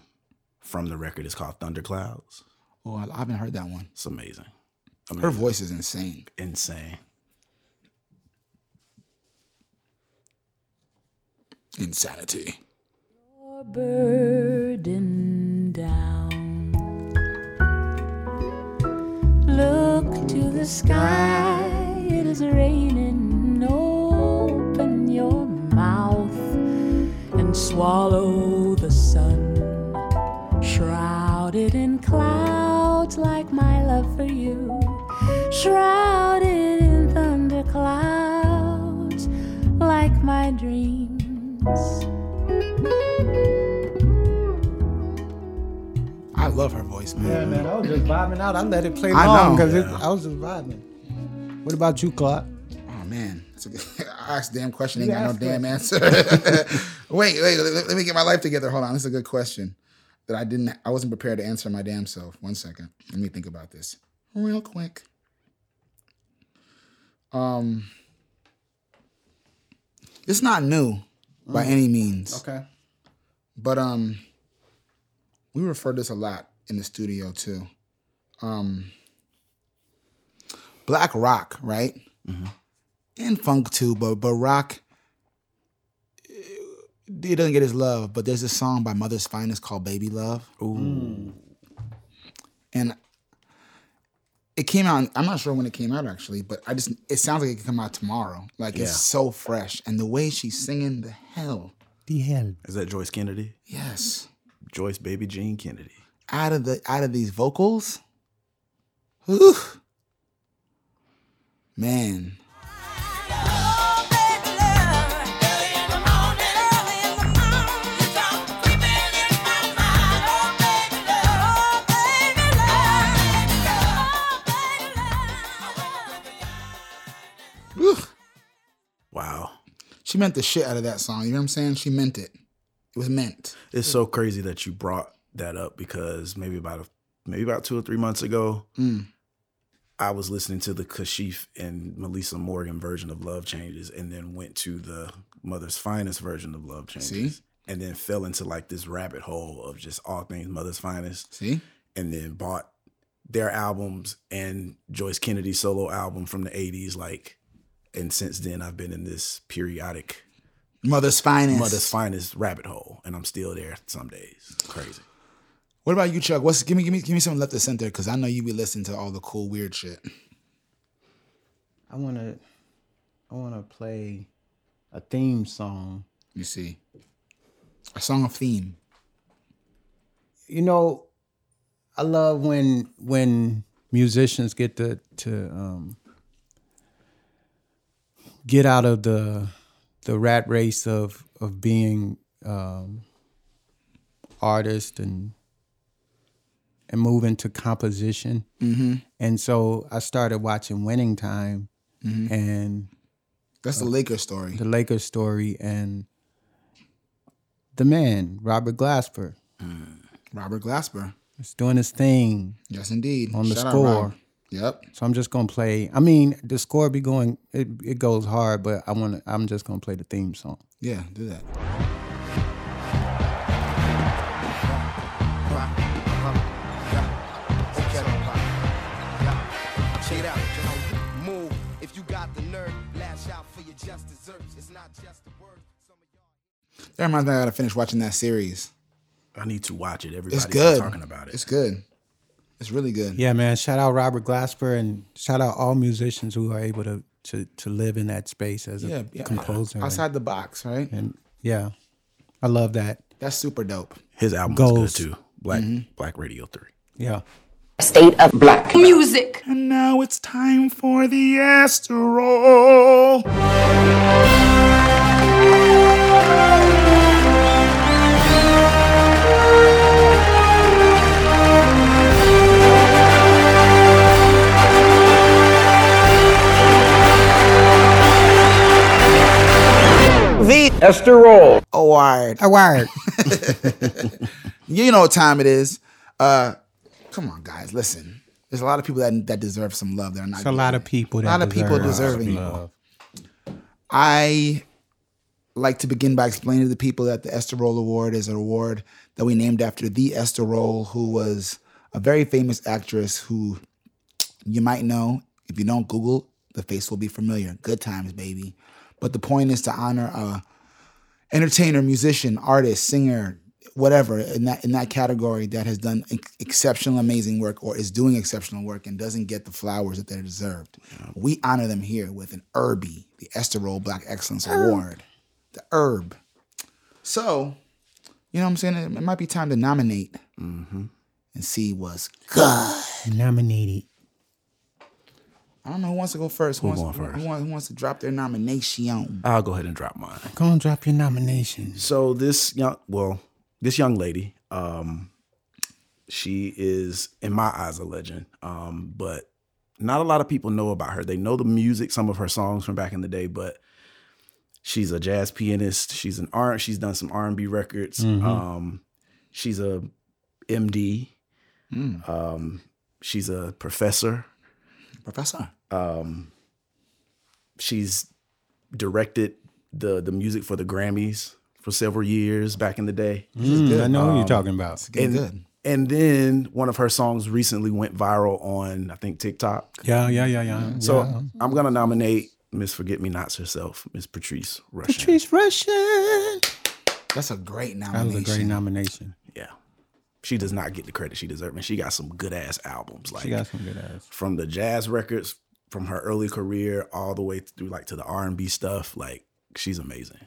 C: from the record is called Thunderclouds.
A: oh, I, I haven't heard that one.
C: It's amazing,
A: Her voice is insane.
C: insane.
A: Insanity.
F: burden down. Look to the sky, it is raining. Open your mouth and swallow the sun. Shrouded in clouds, like my love for you. Shrouded in thunderclouds, like my dreams.
A: I love her voice, man.
B: Yeah, man, I was just vibing out. I let it play
A: I
B: long
A: know.
B: because I was just vibing. What about you, Clark?
A: Oh man, That's a good- I asked a damn question, ain't got no
B: asked it.
A: damn answer. wait, wait, let, let me get my life together. Hold on, this is a good question that I didn't, I wasn't prepared to answer my damn self. One second, let me think about this real quick. Um, it's not new by any means,
B: Mm. Okay.
A: but um, we refer to this a lot in the studio too. Um, black rock, right? And funk too, but but rock, it, it doesn't get his love. But there's a song by Mother's Finest called "Baby Love," and it came out. I'm not sure when it came out actually, but I just it sounds like it could come out tomorrow. Like
C: Yeah.
A: it's so fresh, and the way she's singing, the hell,
B: The hell.
C: Is that Joyce Kennedy?
A: yes.
C: Joyce Baby Jean Kennedy.
A: out of the out of these vocals, whew, man, whew.
C: Wow.
A: she meant the shit out of that song. You know what I'm saying? She meant it. It was meant.
C: It's so crazy that you brought that up because maybe about a, maybe about two or three months ago,
A: Mm,
C: I was listening to the Kashif and Melissa Morgan version of Love Changes, and then went to the Mother's Finest version of Love Changes,
A: See?
C: and then fell into like this rabbit hole of just all things Mother's Finest,
A: See,
C: and then bought their albums and Joyce Kennedy's solo album from the '80s, like. And since then, I've been in this periodic
A: mother's finest.
C: mother's finest rabbit hole, and I'm still there some days. Crazy.
A: What about you, Chuck? What's give me give me give me something left to center because I know you be listening to all the cool weird shit.
B: I wanna, I wanna play a theme song.
A: You see, a song of theme.
B: You know, I love when when musicians get to to um, get out of the the rat race of of being um, artist and and move into composition. And so I started watching Winning Time, and
A: That's
B: Uh,
A: the Lakers story.
B: the Lakers story and the man, Robert Glasper,
A: Robert Glasper.
B: is doing his thing.
A: Yes, indeed.
B: On the
A: Shout out,
B: score.
A: Rob. Yep.
B: So I'm just gonna play. I mean, the score be going. It, it goes hard, but I want. to I'm just gonna play the theme song.
A: Yeah. Do that.
I: Move if you got the nerve. Lash out for your just desserts. It's not just the word. Some of y'all.
A: That reminds me. I gotta finish watching that series.
C: I need to watch it. Everybody's
A: It's good.
C: talking about it.
A: It's good. It's really good.
B: Yeah, man. Shout out Robert Glasper and shout out all musicians who are able to to to live in that space as a
A: Yeah, yeah.
B: composer.
A: Outside the box, right?
B: And yeah, I love that.
A: That's super dope.
C: His album
B: Goals.
C: was good too. Black Black Radio Three.
B: Yeah.
E: State of black music.
C: And now it's time for the Astro.
A: Oh, all right.
B: I wired.
A: You know what time it is. Uh, come on, guys. Listen, there's a lot of people that that deserve some love. They're not.
B: It's a lot of people. That
A: A lot of people
B: deserve
A: deserving.
B: love.
A: I like to begin by explaining to the people that the Esther Roll Award is an award that we named after the Esther Roll, who was a very famous actress who you might know. If you don't Google, the face will be familiar. Good times, baby. But the point is to honor uh, entertainer, musician, artist, singer, whatever in that in that category that has done ex- exceptional, amazing work or is doing exceptional work and doesn't get the flowers that they're deserved. We honor them here with an Herbie, the Esther Roll Black Excellence Award, the Herb. So, you know what I'm saying? It, it might be time to nominate
C: Mm-hmm.
A: and see what's good.
B: Nominated.
A: I don't know who wants to go first. Who, wants,
C: going first?
A: Who, wants, who wants to drop their nomination?
C: I'll go ahead and drop mine.
B: Go and drop your nominations.
C: So this young, well, this young lady, um, she is in my eyes a legend. Um, but not a lot of people know about her. They know the music, some of her songs from back in the day, but she's a jazz pianist. She's an R. She's done some R and B records. Um, she's a MD. Um, she's a professor. Um,
A: Professor.
C: she's directed the the music for the Grammys for several years back in the day.
B: Mm, I know who you're talking about.
A: Getting good.
C: And then one of her songs recently went viral on I think TikTok.
B: Yeah, yeah, yeah, yeah.
C: So
B: Mm, yeah.
C: I'm gonna nominate Miss Forget Me Nots herself, Miss Patrice Russian.
B: Patrice Russian.
A: That's a great
B: That
A: nomination.
B: was a great nomination.
C: Yeah. She does not get the credit she deserves. And she got some good ass albums. Like
B: She got some good ass.
C: from the jazz records, from her early career all the way through like to the R and B stuff. Like she's amazing.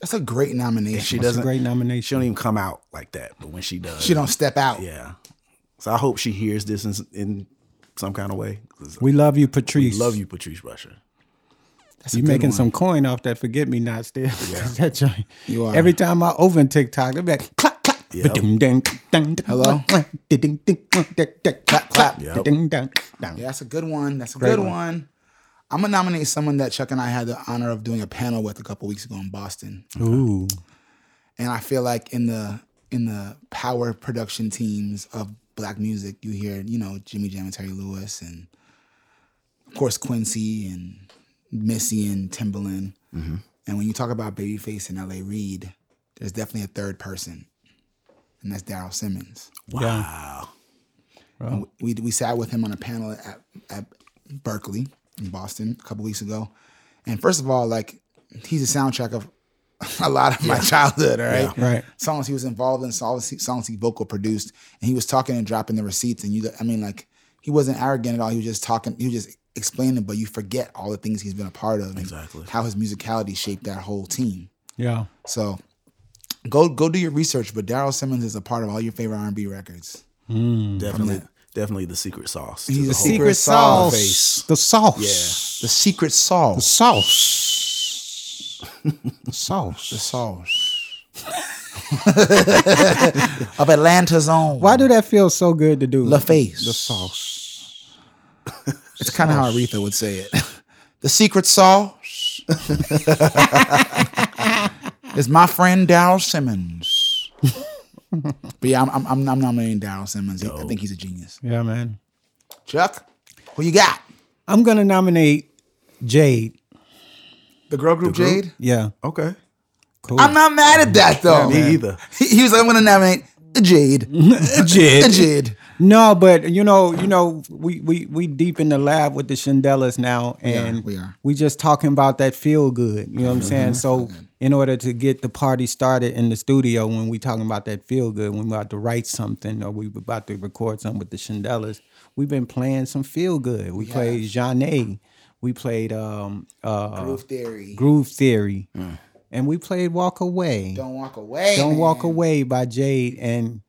A: That's a great nomination.
C: She
B: That's
C: doesn't
B: a great
C: she
B: nomination.
C: don't even come out like that, but when she does
A: She don't step out.
C: Yeah. So I hope she hears this in, in some kind of way. 'Cause
B: We love you, Patrice.
C: I love you, Patrice Rusher.
A: That's a
B: You
A: good
B: making
A: one.
B: some coin off that forget me not still. that joint.
A: You are.
B: Every time I open TikTok, they're like clap clap.
C: Yeah.
B: Hello. Clap clap.
C: Yep.
A: Yeah, that's a good one. That's a good one.
B: one.
A: I'm gonna nominate someone that Chuck and I had the honor of doing a panel with a couple weeks ago in Boston,
B: Ooh.
A: and I feel like in the in the power production teams of black music, you hear you know Jimmy Jam and Terry Lewis, and of course Quincy and Missy and Timbaland.
B: Mm-hmm.
A: And when you talk about Babyface and L.A. Reid, there's definitely a third person, and that's Daryl Simmons.
C: Wow.
A: we we sat with him on a panel at, at Berkeley in Boston a couple weeks ago. And first of all, like he's a soundtrack of a lot of my childhood, all right?
B: Right.
A: Songs he was involved in, songs he, songs he vocal produced, and he was talking and dropping the receipts. And you, I mean, like he wasn't arrogant at all. He was just talking. He was just explaining, but you forget all the things he's been a part of, and
C: Exactly.
A: how his musicality shaped that whole team.
B: Yeah.
A: So go go do your research. But Daryl Simmons is a part of all your favorite R and B records.
C: Definitely definitely the secret sauce. to
A: He's
C: the
A: a
C: whole-
A: secret
B: Secret sauce.
A: sauce.
B: The sauce.
A: The secret sauce.
B: Sauce. sauce.
A: the sauce of Atlanta's own.
B: Why do that feel so good to do?
A: the face?
B: The sauce.
A: It's kind of how Aretha would say it. The secret sauce is my friend Daryl Simmons. but yeah, I'm, I'm, I'm, I'm nominating Daryl Simmons. I think he's a genius.
B: Yeah, man.
A: Chuck, who you got?
B: I'm gonna nominate Jade.
A: The girl group Jade.
B: Yeah.
C: Okay.
B: Cool.
A: I'm not mad at that though.
C: Me either.
A: He, he was like, I'm gonna nominate Jade.
B: Jade.
A: Jade.
B: No, but you know, you know, we we we deep in the lab with the Shandelas now, and
A: we are. Mm-hmm.
B: just talking about that feel good. You know what I'm saying? So, in order to get the party started in the studio, when we talking about that feel good, when we about to write something or we about to record something with the Shandelas, we've been playing some feel good. We played Jeanne, we played um uh
A: Groove Theory.
B: Groove Theory, and we played Walk Away.
A: Mm. Don't walk away.
B: Don't
A: man.
B: Walk Away by Jade and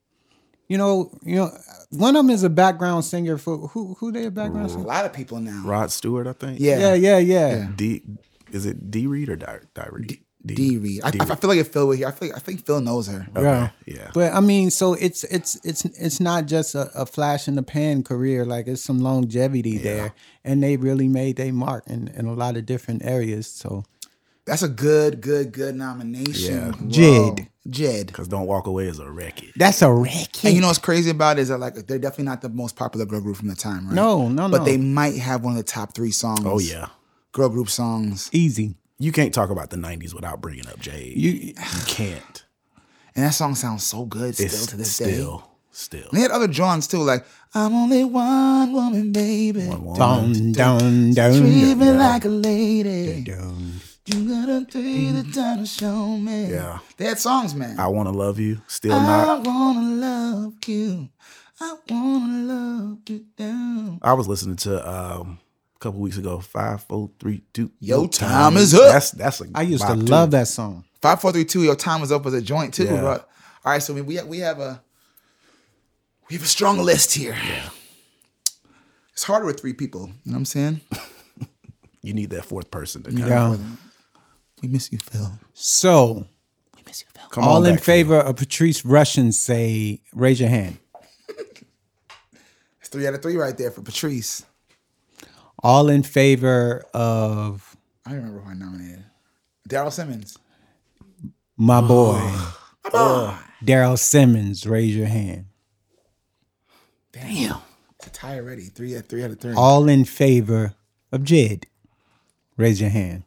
B: you know, you know, one of them is a background singer for who who they a background
A: A
B: singer?
A: lot of people now.
C: Rod Stewart, I think.
B: Yeah, yeah, yeah.
C: D is it D Reed or Di, Di Reed? D,
A: D Reed. I, I feel like if Phil were here, I feel like, I think Phil knows her.
B: Yeah.
C: Yeah.
B: But I mean, so it's it's it's it's not just a, a flash in the pan career. Like it's some longevity there, and they really made their mark in, in a lot of different areas. So
A: That's a good, good, good nomination.
C: Yeah.
A: Whoa.
B: Jid.
A: Jid.
C: Because Don't Walk Away is a record.
B: that's a record.
A: And you know what's crazy about it is that like they're definitely not the most popular girl group from the time, right?
B: No, no,
A: But
B: no.
A: they might have one of the top three songs.
C: Oh yeah.
A: Girl group songs.
B: easy.
C: You can't talk about the '90s without bringing up Jade. You,
B: You
C: can't.
A: And that song sounds so good
C: It's
A: still to this day.
C: still, still.
A: And they had other Johns too, like I'm only one woman, baby.
C: One
B: down
C: woman.
B: down down
A: Treat me like a lady.
B: down.
A: You gotta take the time to show me.
C: Yeah.
A: They had songs, man.
C: I want to love you. Still
A: I
C: not.
A: wanna love you. I wanna love you down.
C: I was listening to um, a couple weeks ago. Five, four, three, two.
A: Yo, time is up.
C: That's that's a.
B: I used to
C: bop, too.
B: love that song.
A: Five, four, three, two. Your time is up as a joint too,
C: Yeah.
A: bro. All right, so we we have, we have a we have a strong list here. Yeah. It's harder with three people. You know what I'm saying?
C: You need that fourth person to kind of
B: Yeah.
A: we miss you, Phil.
B: So,
C: come
B: all
C: on
B: in
C: back to you.
B: favor of Patrice Russian, say raise your hand.
A: It's three out of three right there for Patrice.
B: All in favor of
A: I don't remember who I nominated. Daryl Simmons.
B: my boy, Daryl Simmons, raise your hand.
A: Damn. It's a tie already. Three at three out of three.
B: All in favor of Jed, raise your hand.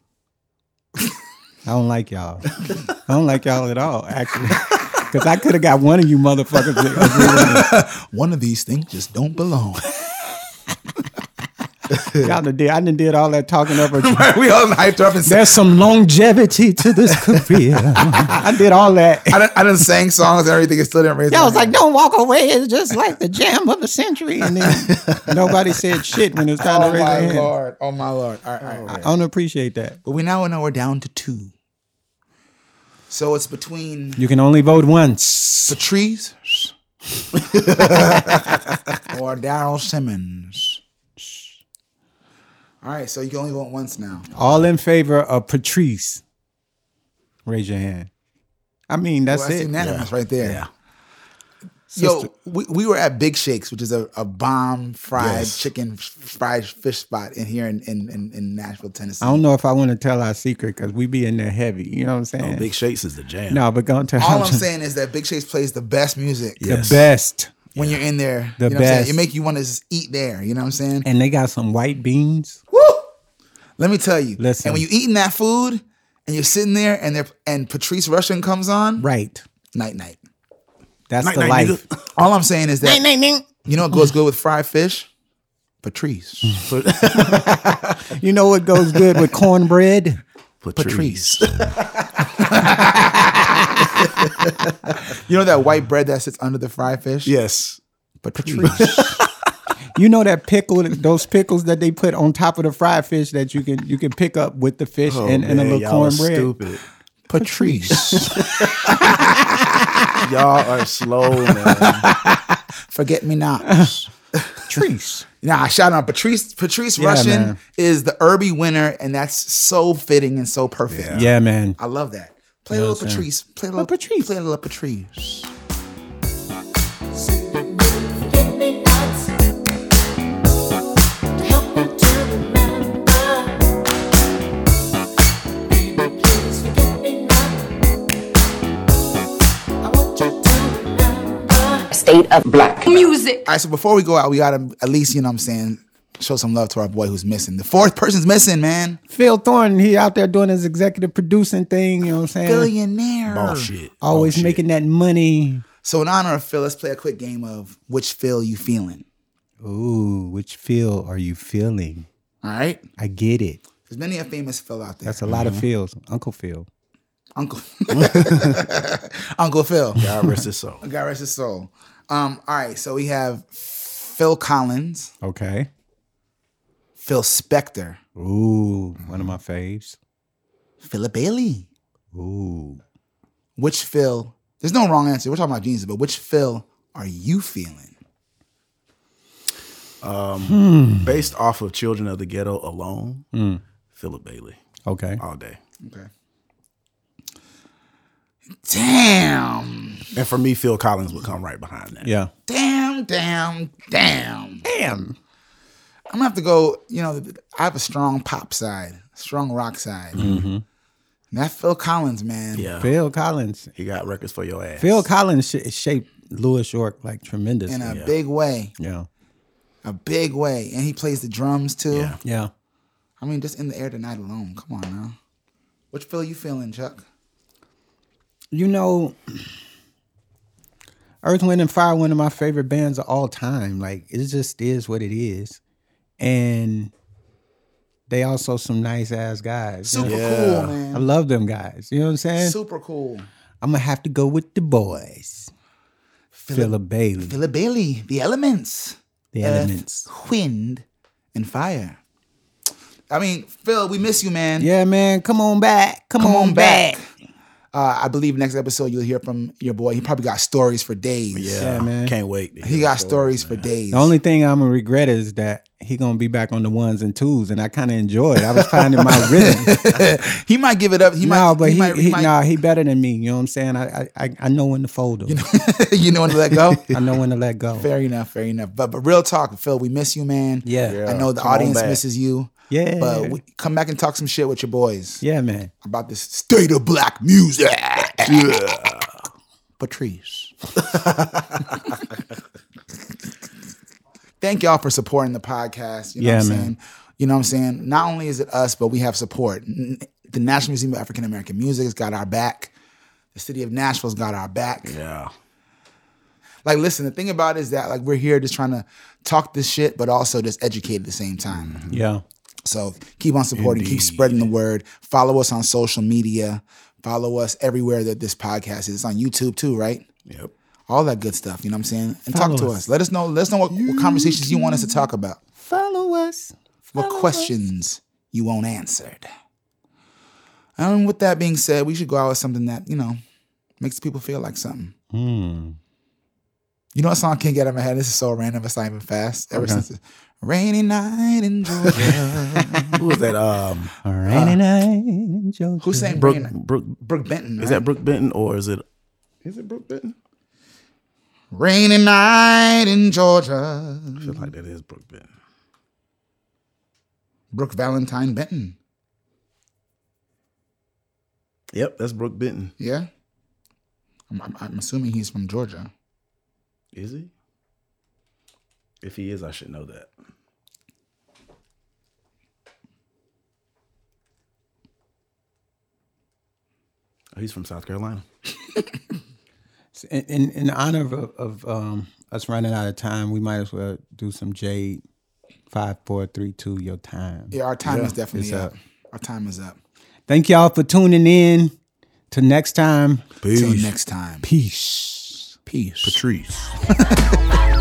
B: I don't like y'all. I don't like y'all at all, actually. Because I could have got one of you motherfuckers. to agree with
A: One of these things just don't belong.
B: me. Y'all done did. I done did all that talking up. a-
A: we all hyped her up and sang.
B: There's some longevity to this career. I did all that.
A: I done, I done sang songs and everything. It still didn't raise.
B: Y'all
A: my
B: was like,
A: hand.
B: don't walk away. It's just like the jam of the century. And then nobody said shit when it was time
A: Oh
B: to raise their
A: my
B: hand. Oh.
A: lord! Oh my lord! All right, all right, all
B: I
A: right.
B: don't appreciate that.
A: But we now know we're down to two. So it's between
B: You can only vote once.
A: Patrice or Daryl Simmons. All right, so you can only vote once now. Oh,
B: All in favor of Patrice. Raise your hand. I mean, that's
A: Well, that's
B: it.
A: unanimous right there.
C: Yeah.
A: Yo, we, we were at Big Shakes, which is a, a bomb fried
C: Yes.
A: chicken f- fried fish spot in here in, in, in, in Nashville, Tennessee.
B: I don't know if I want to tell our secret because we be in there heavy. You know what I'm saying?
C: Oh, Big Shakes is the jam.
B: no, but don't tell
A: All I'm saying is that Big Shakes plays the best music
B: the
C: Yes.
B: best.
A: when you're in there.
B: The
A: you know what I'm saying?
B: best.
A: It make you want to just eat there. You know what I'm saying?
B: And they got some white beans.
A: Woo! Let me tell you.
B: Listen.
A: And when you eating that food and you're sitting there and they're and Patrice Russian comes on,
B: Right.
A: night night.
B: That's
C: Night,
B: the
C: night,
B: life.
C: nigga.
A: All I'm saying is that you know what goes good with fried fish? Patrice.
B: You know what goes good with cornbread?
C: Patrice.
A: you know that white bread that sits under the fried fish?
C: yes.
A: Patrice.
B: You know that pickle, those pickles that they put on top of the fried fish that you can you can pick up with the fish
C: Oh,
B: and, and a
C: man,
B: little
C: y'all are
B: cornbread.
C: Stupid.
A: Patrice.
C: Y'all are slow, man.
A: Forget me not.
B: Patrice.
A: Nah, shout out Patrice. Patrice
B: Yeah,
A: Russian
B: man.
A: is the Irby winner, and that's so fitting and so perfect.
B: Yeah, man.
A: I love that. Play
B: Yeah,
A: a little
B: same.
A: Patrice. Play a little
B: Patrice.
A: Play a little Patrice.
E: State of black music.
A: All right, so before we go out, we gotta at least, you know what I'm saying, show some love to our boy who's missing. The fourth person's missing, man.
B: Phil Thornton, he out there doing his executive producing thing, you Oh, know what I'm saying?
A: Billionaire.
C: Bullshit.
B: Always
C: Bullshit.
B: making that money.
A: So in honor of Phil, let's play a quick game of which Phil you feeling.
B: Ooh, which feel are you feeling?
A: All right?
B: I get it.
A: There's many a famous Phil out there.
B: That's a lot of feels. Uncle Phil.
A: Uncle Uncle Phil.
C: God rest his soul.
A: God rest his soul. Um, all right, so we have Phil Collins,
B: Okay.
A: Phil Spector,
B: Ooh, one of my faves.
A: Philip Bailey.
B: Ooh.
A: Which Phil? There's no wrong answer. We're talking about geniuses, but which Phil are you feeling?
C: Based off of Children of the Ghetto alone,
B: Mm.
C: Philip Bailey
B: Okay.
C: all day.
A: Okay. Damn.
C: And for me, Phil Collins would come right behind that.
B: Yeah.
A: Damn, damn, damn.
B: Damn.
A: I'm gonna have to go, you know, I have a strong pop side, strong rock side. And that Phil Collins, man.
C: Mm-hmm. Yeah.
B: Phil Collins.
C: He got records for your ass.
B: Phil Collins sh- shaped Louis York like tremendously.
A: In a big way.
B: yeah.
A: A big way. And he plays the drums too.
C: Yeah.
B: Yeah.
A: I mean, just in the air tonight alone. Come on now. Which Phil you feeling, Chuck?
B: You know, Earth, Wind, and Fire, one of my favorite bands of all time. Like, it just is what it is. And they also some nice ass guys. you know?
A: Super
C: Yeah.
A: cool, man.
B: I love them guys. You know what I'm saying?
A: Super cool.
B: I'm gonna have to go with the boys. Philip Bailey,
A: Philip Bailey, the elements.
B: the
A: Earth,
B: Elements.
A: wind, and fire. I mean, Phil, we miss you, man.
B: Yeah, man, come on back. Come,
A: Come
B: on,
A: on
B: back.
A: back. Uh, I believe next episode you'll hear from your boy. He probably got stories for days.
B: Yeah, man.
C: Can't wait. to
A: He
C: hear
A: got
C: the
A: stories for days.
B: The only thing I'm gonna regret is that he gonna be back on the ones and twos, and I kind of enjoy it. I was finding my rhythm.
A: he might give it up. He
B: no,
A: might,
B: but
A: he,
B: he,
A: might,
B: he,
A: he might
B: nah, he better than me. You know what I'm saying? I I- I, I know when to fold him.
A: you know when to let go.
B: I know when to let go.
A: fair enough, fair enough. But but real talk, Phil, we miss you, man.
B: Yeah. Yeah,
A: I know the
C: come on
A: audience
C: back.
A: misses you.
B: Yeah.
A: But we, come back and talk some shit with your boys
B: Yeah, man.
A: about this state of black music. Yeah. Patrice. Thank y'all for supporting the podcast. You know
B: Yeah,
A: what I'm
B: man.
A: saying? You know what I'm saying? Not only is it us, but we have support. N- The National Museum of African American Music has got our back. The city of Nashville's got our back.
C: Yeah.
A: Like, listen, the thing about it is that like we're here just trying to talk this shit, but also just educate at the same time.
B: Yeah.
A: So keep on supporting, keep spreading the word. Follow us on social media. Follow us everywhere that this podcast is. It's on YouTube too, right?
C: Yep.
A: All that good stuff. You know what I'm saying? And talk to
B: Follow
A: us.
B: us.
A: Let us know. Let us know what, what conversations you want us to talk about.
B: Follow us.
A: What questions you want answered. And with that being said, we should go out with something that, you know, makes people feel like something.
B: Hmm.
A: You know what song I can't get out of my head? This is so random. It's not even fast. Ever since since Rainy Night in Georgia.
C: Who was that? Um,
B: All right, and I enjoy
A: Who sang
C: Brooke,
A: Rainy Night?
C: Brooke,
A: Brooke Benton.
C: is
A: right?
C: that Brooke Benton or is it? Is it Brooke Benton?
A: Rainy night in Georgia.
C: I feel
B: Mm-hmm.
C: like that is Brooke Benton.
A: Brooke Valentine Benton.
C: Yep, that's Brooke Benton.
A: Yeah. I'm, I'm, I'm assuming he's from Georgia.
C: Is he? If he is, I should know that. Oh, he's from South Carolina.
B: In, in in honor of, of um, us running out of time, we might as well do some Jade. Five, four, three, two. Your time.
A: Yeah, our time is definitely
B: it's
A: up.
B: up.
A: Our time is up.
B: Thank y'all for tuning in. Till next time.
A: Till next time.
B: Peace.
A: Peace.
C: Trees.
D: Bye.